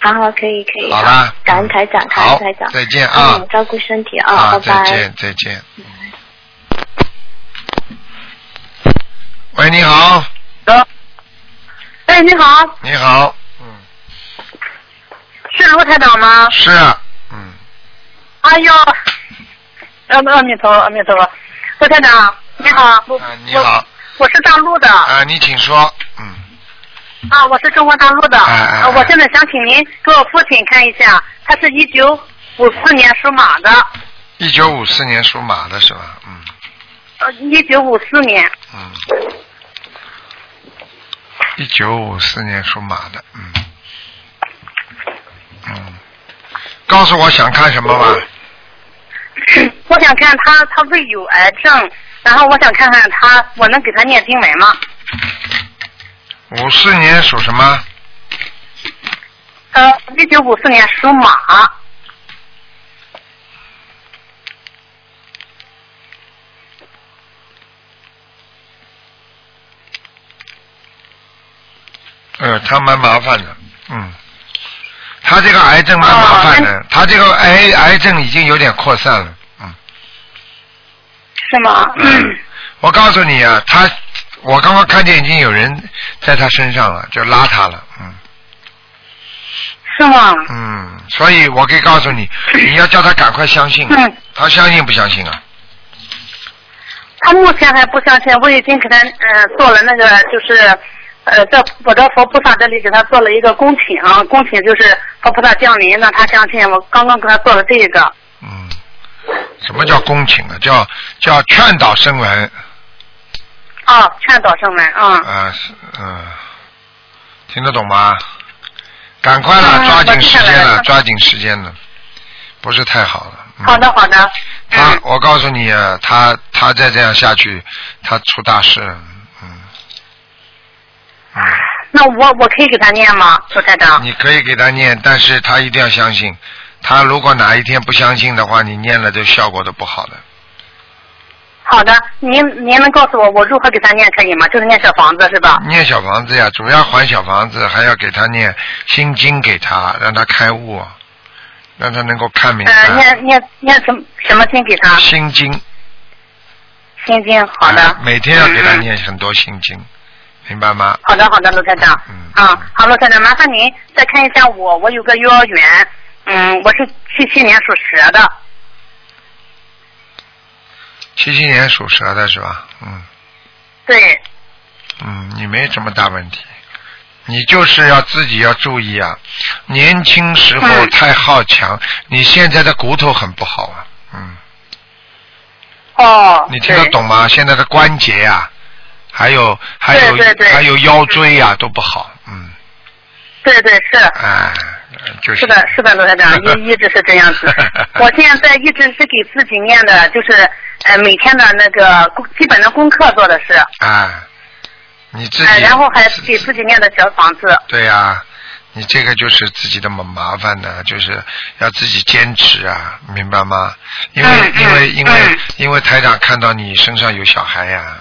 好好可以可以。
好啦，
感恩台长，感
好
恩台长。
再见啊
嗯，照顾身体
啊，
啊，拜
再
拜。
见，再见。嗯喂，你好，
哎，你好，
你好，嗯，
是卢台长吗？
是，嗯，
哎呦，阿阿弥陀佛，阿弥陀佛，卢台长，你好，我
啊，你好，
我是大陆的啊
啊，你请说，嗯，
我是中国大陆的、
哎哎哎
啊我现在想请您给我父亲看一下，他是一九五四年属马的，
一九五四年属马的是吧？嗯
呃，一九五四年，
嗯，一九五四年属马的，嗯嗯，告诉我想看什么吧。
我想看他他胃有癌症，然后我想看看他我能给他念经文吗？
五四年属什么？
呃，一九五四年属马，
呃，他蛮麻烦的，嗯，他这个癌症蛮麻烦
哦
的，他这个癌癌症已经有点扩散了，嗯。
是吗？嗯
我告诉你啊，他，我刚刚看见已经有人在他身上了，就拉他了，嗯
是吗？
嗯，所以我可以告诉你，你要叫他赶快相信，啊
嗯
他相信不相信啊？
他目前还不相信，我已经给他呃做了那个就是呃在我的佛菩萨这里给他做了一个宫请，宫请就是佛菩萨降临，让他相信。我刚刚给他做了这个，
嗯，什么叫恭请啊？叫叫劝导声闻
啊，劝导圣人啊。
啊，是嗯，听得懂吗？赶快了，
嗯
抓紧时间
我记下来
了，
了
抓紧时间了，不是太好了。嗯、
好的，好的，
他
嗯，
我告诉你啊，他他再这样下去，他出大事了。嗯，嗯，
那我我可以给他念吗，朱台长？
你可以给他念，但是他一定要相信。他如果哪一天不相信的话，你念了就效果都不好的。
好的，您您能告诉我我如何给他念可以吗？就是念小房子是吧？
念小房子呀，主要还小房子，还要给他念心经给他，让他开悟，让他能够看明
呃，
白。
念念念什么什么经给他？
心经，
心经，好的。
啊每天要给他
嗯
念很多心经，明白吗？
好的，好的，罗站长。
嗯
啊，好，罗站长，麻烦您再看一下我，我有个幼儿园，嗯，我是七七年属蛇的，
七七年属蛇的是吧？嗯
对，
嗯，你没什么大问题，你就是要自己要注意啊。年轻时候
嗯
太好强，你现在的骨头很不好啊。嗯，
哦，
你听得
对？
懂吗？现在的关节呀、还有还有
对对对
还有腰椎呀、都不好。嗯，
对对是。
哎，呃就是。
是的，是的，罗台长，一一直是这样子 我现在一直是给自己念的，就是呃每天的那个功基本的功课做的是，
哎，你自己
呃，然后还
自
给自己念的小房子。
对呀、你这个就是自己的麻麻烦呢，就是要自己坚持啊，明白吗？因为、
嗯嗯
因为因为、
嗯
因为台长看到你身上有小孩呀、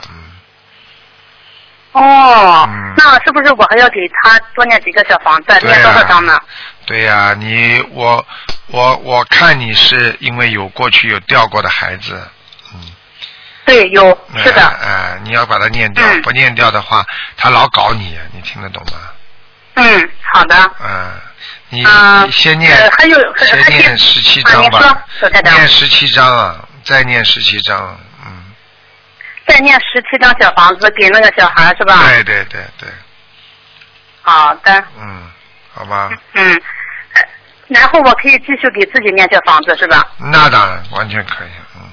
嗯，
哦
嗯，
那是不是我还要给他多念几个小房子，
对呀啊
念多少张呢？
对呀、你我我我看你是因为有过去有掉过的孩子，
对，有，是
哎、
的，
哎你要把它念掉，
嗯
不念掉的话，他老搞你，你听得懂吗？
嗯，好的，
嗯，你
啊
你先念，
呃还有还
先
还
念
有
十七
啊
章
您说
吧，
罗台长
念十七章啊，再念十七章，嗯，
再念十七张小房子给那个小孩是吧？
对对对对，
好的，
嗯，好吧，
嗯，呃然后我可以继续给自己念小房子是吧？
那当然完全可以，嗯，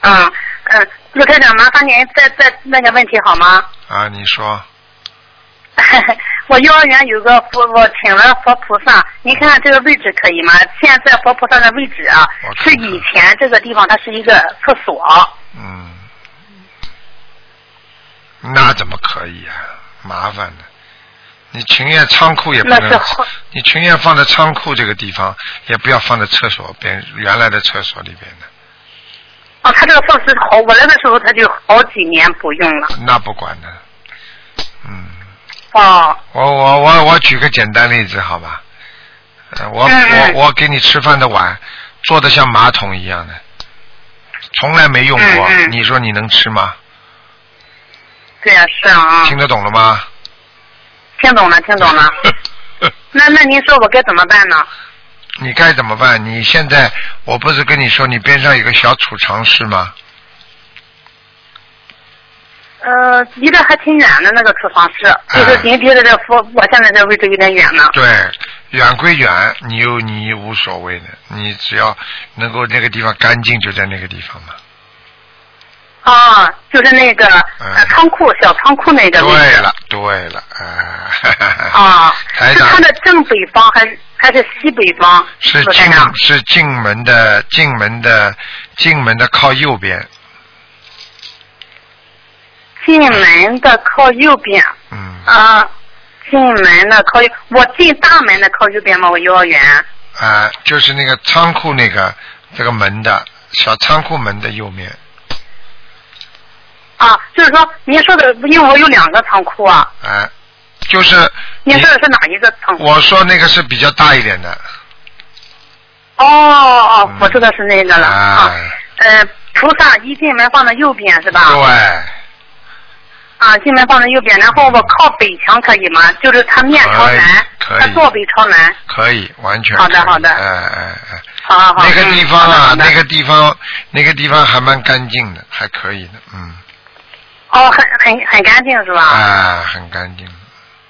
嗯，嗯，陆科长，麻烦您再再问个问题好吗？
啊，你说，
我幼儿园有个佛，我请了佛菩萨，您看看这个位置可以吗？现在佛菩萨的位置啊
我，看
是
看
以前这个地方它是一个厕所，
嗯，那怎么可以啊？麻烦的，你情愿仓库也不
那是
能
后，
你情愿放在仓库这个地方，也不要放在厕所边原来的厕所里边的。
哦，它这个放石头，我来的时候它就好几年不用了。
那不管的，嗯，
哦，
我我我我举个简单例子好吧，呃，我
嗯嗯
我我给你吃饭的碗做的像马桶一样的，从来没用过，
嗯嗯
你说你能吃吗？
对呀、是啊，
听得懂了吗？
听懂了，听懂 了。那那您说我该怎么办呢？
你该怎么办？你现在我不是跟你说你边上有个小储藏室吗？
呃，离得还挺远的那个厨房室，就是
哎
您离得这佛，我现在这位置有点远呢。
对，远归远，你有你无所谓的，你只要能够那个地方干净，就在那个地方嘛。
哦，就是那个、呃
嗯
仓库小仓库那个位置。
对了，嗯对了，啊，哈哈 哈
啊，
台
是
长
它的正北方还是还是西北方？
是
罗
进
台长。
是进门的进门的进门的靠右边，
进门的靠右边
嗯
啊，进门的靠右，我进大门的靠右边吗？我幼儿园。
啊、就是那个仓库那个这个门的小仓库门的右面
啊，就是说您说的，因为我有两个仓库啊，
啊、就是
您说的是哪一个仓库？
我说那个是比较大一点的
嗯哦哦
嗯，
我知道是那个了啊
哎。
呃，菩萨一进门放在右边是吧？
对，
啊，进门放在右边，然后我靠北墙可以吗？就是它面朝
可以
南，
可以
它坐北朝南。
可以完全
好的
可以
好的
哎哎哎，
好好好。
那个
嗯
地方啊
好，的好
那
的
个地方那个地方还蛮干净的，还可以的，嗯，
哦，很很很干净是吧？
啊，很干净。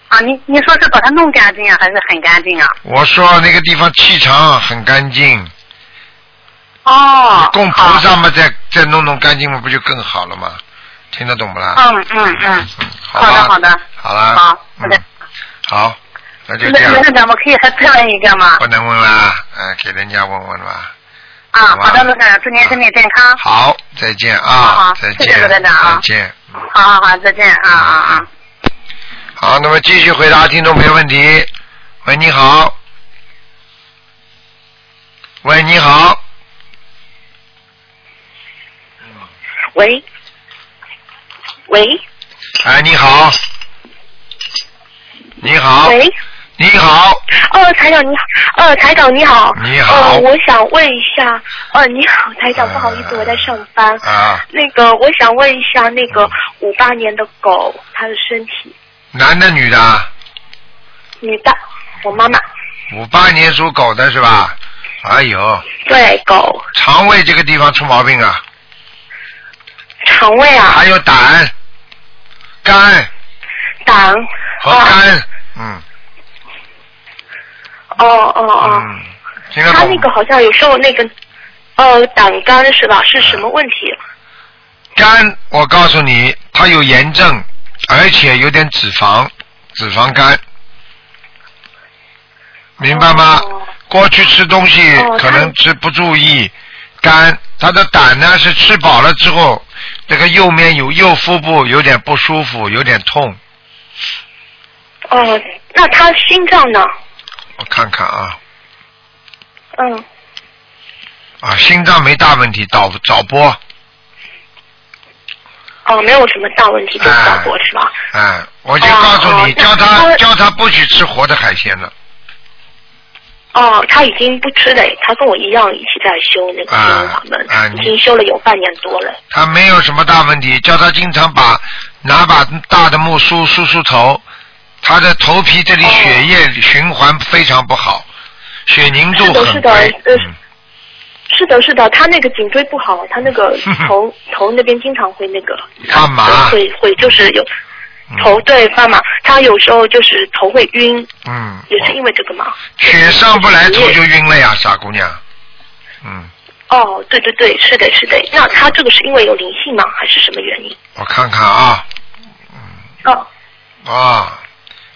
啊，你你说是把它弄干净啊，还是很干净啊？
我说那个地方气场很干净，
哦，
供菩
好
萨嘛，再再弄弄干净嘛，不就更好了吗？听得懂不啦？
嗯嗯嗯，
好
好的
吧
好的
好啦，
好好的
嗯，好，那就
那
这样
那，咱们可以还再问一个吗
不？能问啦，嗯，给人家问问吧。
啊，
好吧
好的，罗站长，祝您身体健康。
好，再见
好
啊
好，
再
谢
见，
谢罗台长啊
再见。
好好好，再见啊啊啊！
好，那么继续回答听众朋友问题。喂，你好。喂，你好。
喂，喂，
哎，你好。你好。
喂，
你好，
哦，台长你好，呃，台长你好，
你好呃
呃，我想问一下，呃，你好，台长，不好意思，我在上班，
啊，
那个我想问一下那个五八年的狗，它的身体，
男的女的啊？
女的，我妈妈，
五八年属狗的是吧？哎呦，
对，狗
肠胃这个地方出毛病啊，
肠胃啊，
还有胆、肝
胆，
和肝，嗯
哦哦哦，
嗯，听得
它
懂
那
吗
个好像有时候那个，呃，胆肝是吧？是什么问题？
肝，我告诉你，它有炎症，而且有点脂肪，脂肪肝，明白吗？
哦
过去吃东西
哦
可能吃不注意，肝，它的胆呢是吃饱了之后，这个右面有右腹部有点不舒服，有点痛，
哦，那它心脏呢？
我看看啊
嗯，
啊，心脏没大问题，早早搏，
哦，没有什么大问题，就是
哎
脑波是吧？
哎，我就
哦
告诉你，
哦
叫
那
他
他
叫他不许吃活的海鲜了。
哦，他已经不吃了，他跟我一样一起在修嗯那个
啊
心灵法门，
啊你
已经修了有半年多了。
他没有什么大问题，叫他经常把拿把大的木梳梳梳头，他的头皮这里
哦
血液循环非常不好，血凝度
是的
很
是的
低。
呃
嗯，
是的，是的，他那个颈椎不好，他那 个头头那边经常会那个
发麻
会会就是有
啊嗯
头对发麻，他有时候就是头会晕，
嗯，
也是因为这个嘛。
血上不来头
就是
就晕了呀，傻姑娘。嗯，
哦，对对对，是的，是的。那他这个是因为有灵性吗？还是什么原因？
我看看啊
哦，
啊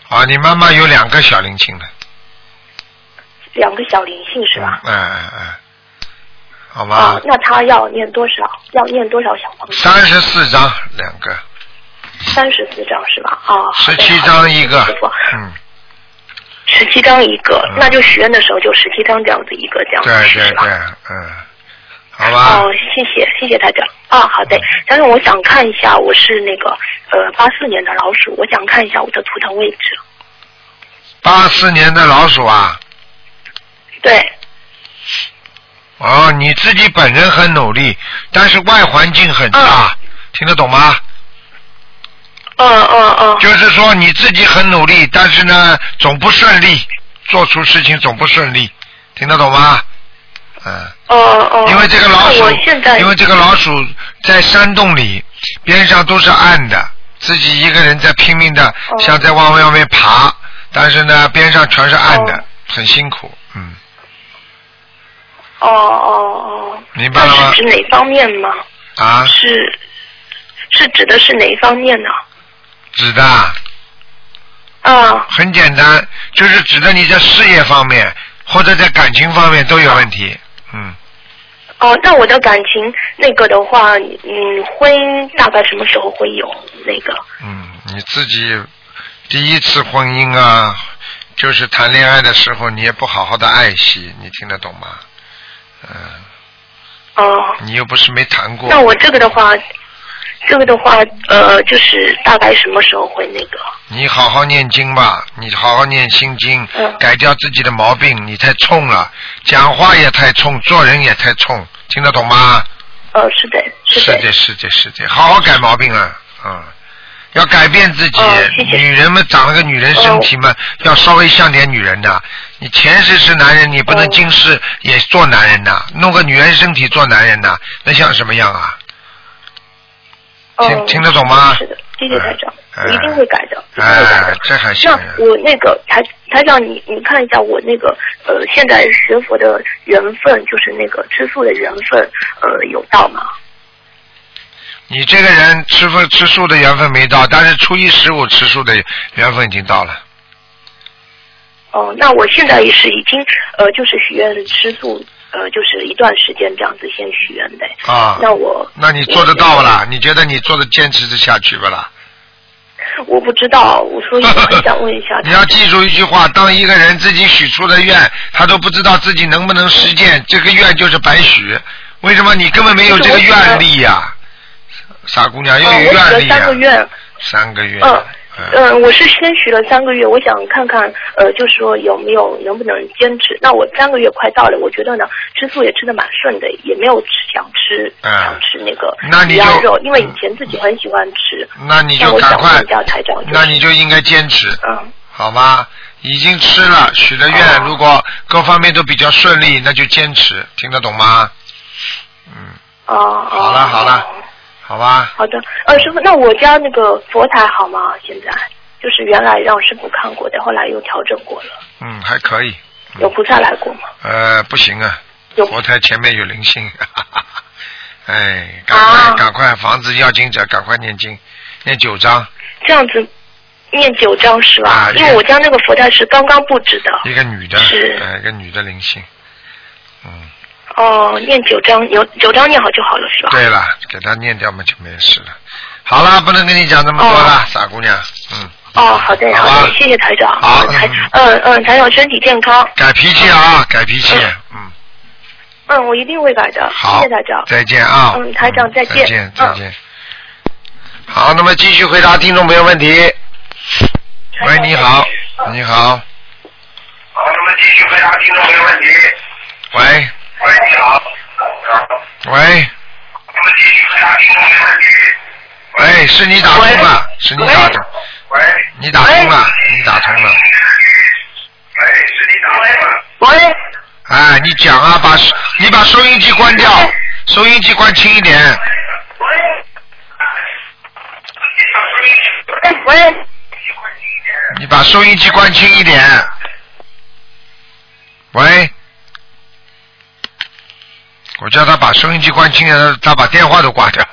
啊，你妈妈有两个小灵性的，
两个小灵性是吧？
嗯嗯嗯，好吧
啊，，那他要念多少？要念多少小房子？
三十四张两个，
三十四张是吧？啊，好
十
的
七张一个
好的师傅，
嗯，
十七张一个
嗯，
那就许愿的时候就十七张这样子一个这样子，
对对
是吧
对？，嗯，好吧。嗯
哦，谢谢谢谢台长啊，好的。但是我想看一下，我是那个呃八四年的老鼠，我想看一下我的图腾位置。
八四年的老鼠啊，
对，
哦，你自己本人很努力，但是外环境很差，听得懂吗？
嗯嗯嗯，
就是说你自己很努力，但是呢，总不顺利，做出事情总不顺利，听得懂吗？嗯，
哦哦。
因为这个老
那
鼠
我现在，
因为这个老鼠在山洞里，边上都是暗的，自己一个人在拼命的，
哦
像在往外面爬，但是呢，边上全是暗的，
哦
很辛苦，嗯，
哦哦哦，
明白了
那
吗
是？指哪方面吗？
啊，
是是指的是哪一方面呢？
指的啊。
啊
很简单，就是指的你在事业方面或者在感情方面都有问题。嗯，
哦，那我的感情那个的话，嗯，婚姻大概什么时候会有那个？
嗯，你自己第一次婚姻啊，就是谈恋爱的时候你也不好好的爱惜，你听得懂吗？嗯，
哦，
你又不是没谈过。
那我这个的话，这个的话，呃，就是大概什么时候会那个？
你好好念经吧，你好好念心经，
嗯
改掉自己的毛病。你太冲了，讲话也太冲，做人也太冲，听得懂吗？
呃，是的，
是
的，
的，是的，是的，好好改毛病啊，嗯，要改变自己。
哦谢哦谢
女人们长了个女人身体嘛，要稍微像点女人的。你前世是男人，你不能
哦
今世也做男人呐，弄个女人身体做男人呐，那像什么样啊？
哦
听听得懂吗
是的，谢谢台长，
哎
我一定会改的，一定会改
哎
的，。
这还行
那
啊。
我那个台台长，你你看一下我那个呃，现在学佛的缘分，就是那个吃素的缘分，呃，有到吗？
你这个人吃素吃素的缘分没到，但是初一十五吃素的缘分已经到了。
哦，那我现在也是已经呃，就是许愿吃素，呃，就是一段时间这样子先许愿的。
啊
那我
那你做得到不啦？你觉得你做的坚持得下去不啦？
我不知道，我所以我 很想问一下。
你要记住一句话：当一个人自己许出的愿，他都不知道自己能不能实践，这个愿就是白许。为什么你根本没有这个愿力呀、傻姑娘
嗯，
哎要有愿
呃我许
力啊呀、
了三个愿，
三个月。
嗯，
嗯，
嗯，我是先许了三个月，我想看看，呃，就说有没有能不能坚持。那我三个月快到了，我觉得呢，吃素也吃的蛮顺的，也没有吃想吃、
嗯
想吃那个
那你就
羊肉，因为以前自己很喜欢吃。
那你
那
就
我
赶
想
快
问一下台长，就是
那你就应该坚持，
嗯哦
好吗？已经吃了，许了愿，如果各方面都比较顺利，那就坚持，听得懂吗？嗯，
哦哦。
好了好了好吧。
好的，呃，师傅，那我家那个佛台好吗？现在就是原来让师傅看过的，后来又调整过了。
嗯，还可以。
有菩萨来过吗？
呃，不行啊，
有
佛台前面有灵性， 哎，赶快、
啊
赶快，房子要经者赶快念经，念九章，
这样子念九章是吧？
啊
因为我家那个佛台是刚刚布置的。
一个女的，
是
呃，一个女的灵性，嗯，
哦，念九章，有九章念好就好了是吧？
对了，给她念掉嘛就没事了。好了，不能跟你讲这么多了，傻姑娘，嗯，
哦，好的，
好吧
好的，谢谢台长。
好
台
嗯，
嗯嗯，台长身体健康。
改脾气啊，改脾 气，嗯，
嗯，我一定会改的。
好，
谢谢台长。
再见啊，
嗯台长再见
再见，再
嗯
见。好，那么继续回答听众朋友问题。喂，你好，嗯你好，
好，那么继续回答听众朋友问题。
喂，
喂，你好。
喂，
那么继续回答听众朋友问题。
喂，是你打通了，是你打通，
喂，
你打通了，你打通了。
喂，是你打通了。
喂，
哎，你讲啊，把你把收音机关掉，收音机关轻一点。
喂，喂，
你把收音机关轻一点。喂，我叫他把收音机关轻点，他他把电话都挂掉。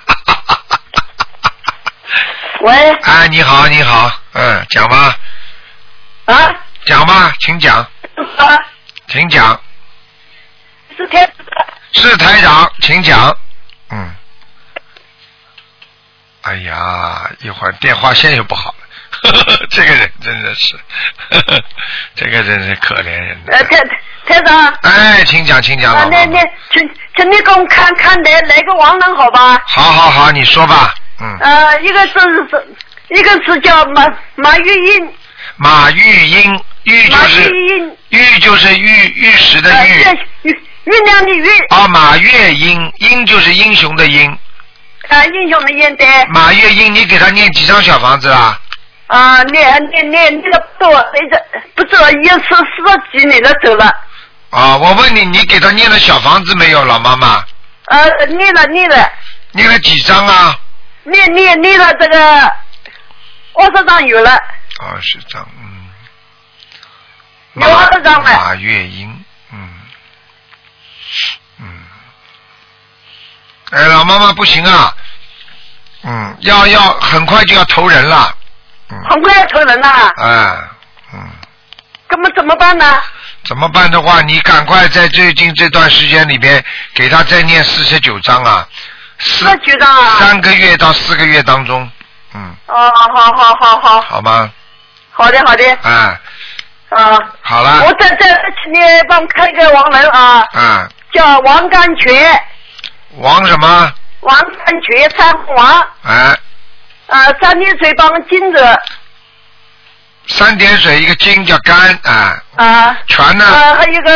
喂，
哎，你好，你好，嗯，讲吧，
啊，
讲吧，请讲，
啊，
请讲，
是天使的
是台长，请讲，嗯。哎呀，一会儿电话线又不好了， 这个人真的是， 这个真是可怜人的
呃，。台台长，啊，
哎，请讲，请讲，老
那
婆
那，请请你给我们看看哪哪个王人好吧？
好好好，你说吧，嗯，
呃，一个是是，一个是叫马马玉英，
马玉英，玉就
马
是
玉英，
玉就是玉玉石的
呃，
玉，
月月月亮的月，
啊，马月英，英就是英雄的英，
啊，英雄的英对，
马月英，你给他念几张小房子啊？
啊，念念念那个不多，那个不多，也是四十几年了走了，
啊，我问你，你给他念了小房子没有，老妈妈？
呃，念了念了，
念了几张啊？
念念念了这个二十张有了，
二十张，嗯。
有20张哎
马月英，嗯，嗯。哎，老妈妈不行啊，嗯，要要很快就要投人了，嗯，
很快要投人了，
哎，嗯。
那么怎么办呢？
怎么办的话，你赶快在最近这段时间里边给他再念四十九章啊，四
那局长啊，
三个月到四个月当中，嗯，
哦，好好好好，
好吗？
好的好的，
哎，
啊，
好了
我，再再请你帮我看一个王人啊，
嗯，
叫王甘泉，
王什么？
王甘泉三王，
哎，
啊，三点水帮金子，
三点水一个金叫甘啊，
啊，
泉呢？
呃，还有一个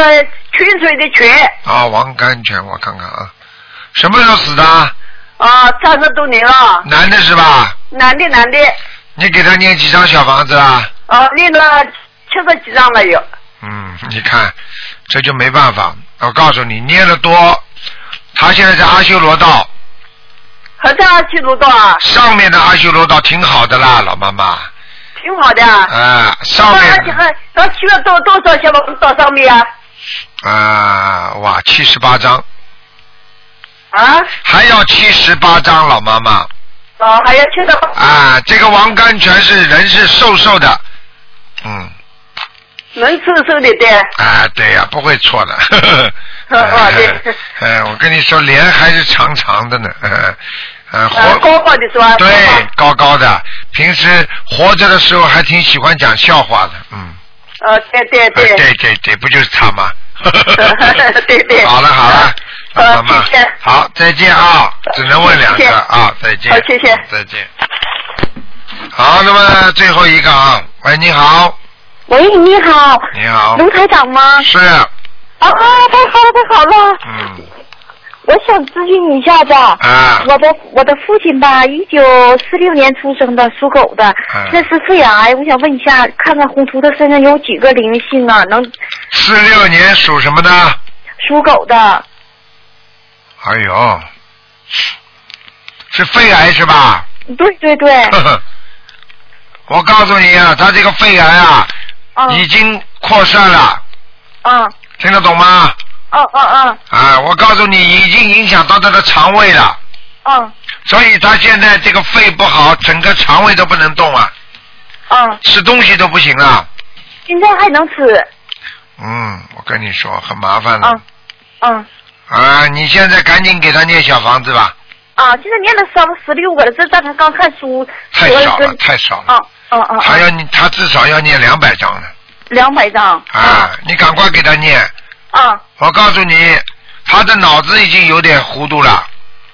泉水的泉，
啊，王甘泉，我看看啊，什么时候死的？
啊，三十多年了，
男的是吧？
男的男的，
你给他念几张小房子啊？
啊，练了七十几张了有，
嗯，你看，这就没办法。我告诉你，念得多，他现在在阿修罗道，
好像去卢多啊，
上面的阿修罗道挺好的啦，老妈妈。
挺好的啊。
啊，上
那
面
还还需要多多少小房子到上面啊？
啊，哇，七十八张，
啊，
还要七十八张，老妈妈。
哦，还要去到
啊，这个王甘泉是人是瘦瘦的，嗯，
能瘦瘦的对，
啊，对呀、不会错的。呵呵
哦对
哎，我跟你说，脸还是长长的呢， 呃，呃，
呃，
活
高高的是吧？高
对
高
高高的，平时活着的时候还挺喜欢讲笑话的，嗯，
呃，对对
呃
对。
对对对，不就是他吗？
对对
好了好了，
呃
老妈妈
谢谢
好，再见啊，只能问两
谢谢
个啊，再见，
好谢谢
再见。好，那么最后一个啊，喂，你好，
喂，你好，
你好，
卢台长吗？
是，
啊，太好了，太好了！
嗯，
我想咨询一下子，
啊，
我的我的父亲吧，一九四六年出生的，属狗的，
嗯
那是肺癌。
哎
我想问一下，看看宏图的身上有几个灵性啊？能
四六年属什么的？
属狗的，
哎呦，是肺癌是吧？
对对对，
呵呵， 我告诉你啊，他这个肺癌啊，
嗯
已经扩散了，
嗯
听得懂吗？
嗯嗯
啊，我告诉你，已经影响到他的肠胃了，
嗯
所以他现在这个肺不好，整个肠胃都不能动啊，
嗯，
吃东西都不行了。
现在还能吃，
嗯，我跟你说，很麻烦了。
嗯嗯
啊，你现在赶紧给他念小房子吧，
啊，现在念了三十六个了，这大才刚看书，
太
得
少
这
了，太少了。
啊啊啊，
他要你他至少要念两百张呢。
两百张，
啊，你赶快给他念。
啊
我告诉你，他的脑子已经有点糊涂了，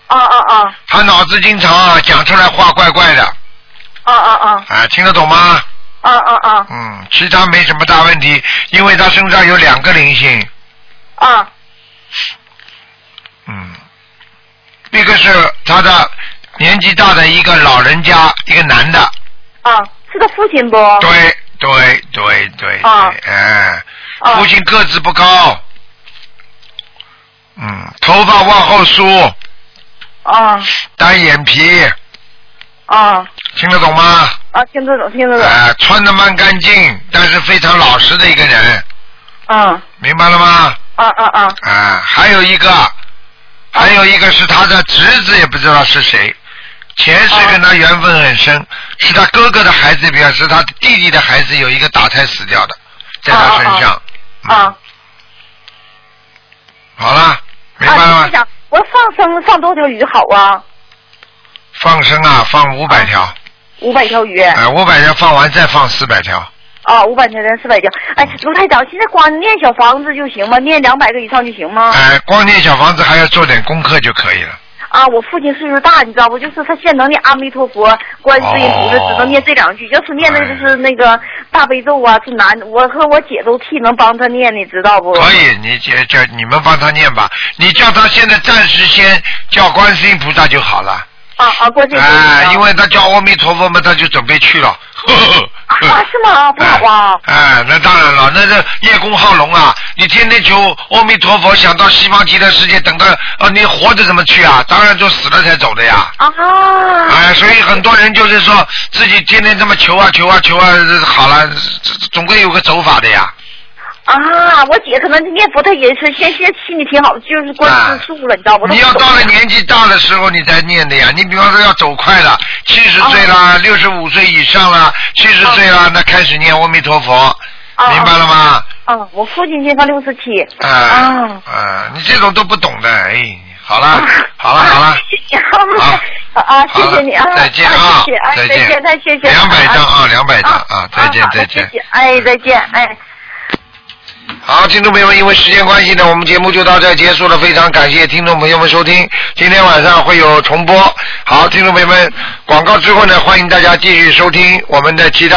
啊啊啊
他脑子经常啊讲出来话怪怪的，
啊啊啊
啊，听得懂吗？
啊啊啊
嗯，其他没什么大问题，因为他身上有两个灵性，
啊
嗯，一个是他的年纪大的一个老人家，一个男的，
啊，是他父亲不？
对对对对，对
啊
哎，
啊
父亲个子不高，嗯，头发往后梳，
啊
单眼皮，
啊
听得懂吗？
啊，听得懂，听得懂，
呃，穿的蛮干净，但是非常老实的一个人，
嗯
明白了吗？
啊啊啊
啊、还有一个，还有一个是他的侄子，也不知道是谁，前世跟他缘分很深，是他哥哥的孩子，比方是他弟弟的孩子，有一个打胎死掉的，在他身上。
啊！
嗯好了，明白了
啊，
吗？
你想我放生放多条鱼好啊？
放生啊，放五百条，
五百条鱼。
哎、5五百条放完再放四百条，
啊，五百条人四百条。哎，卢台长，现在光念小房子就行吗？念两百个以上就行吗？
哎、光念小房子还要做点功课就可以了。
啊，我父亲岁数大，你知道不？就是他现在能念阿弥陀佛、观世音菩萨，
哦
只能念这两句。要是念的就是那个大悲咒啊，是难。我和我姐都替能帮他念，你知道不？
可以，你叫叫你们帮他念吧，你叫他现在暂时先叫观世音菩萨就好了，
啊啊，观世音菩萨。
哎、因为他叫阿弥陀佛嘛，他就准备去了。 呵呵
哦
啊，是吗？不好啊。
哎、哎那当然了，那是叶公好龙啊！你天天求阿弥陀佛，想到西方极乐世界，等到哦，你活着怎么去啊？当然就死了才走的呀。
啊。
哎，所以很多人就是说自己天天这么求啊求啊求啊，好了，总归有个走法的呀。
啊，我姐可能念佛，她也是先先心里挺好，就是观
啊
吃素了，你知道不？
你要到了年纪大的时候，你再念的呀。你比方说要走快了，七十岁啦，六十五岁以上啦，七十岁啦，那开始念阿弥陀佛，
啊
明白了吗？
啊，我父亲健康六十七。
啊
哦
啊
啊，你这种都不懂的，哎，好了，好了，好了，
谢谢你啊，啊啊，谢谢你啊，
再见
啊
啊，
谢谢，哎，
再
再见，
见，
太谢谢，
两百张
啊
啊，两百张
啊
啊，再见
好，
再见
谢。谢哎，再见，哎。
好，听众朋友们，因为时间关系呢，我们节目就到这儿结束了。非常感谢听众朋友们收听，今天晚上会有重播。好，听众朋友们，广告之后呢，欢迎大家继续收听我们的其他。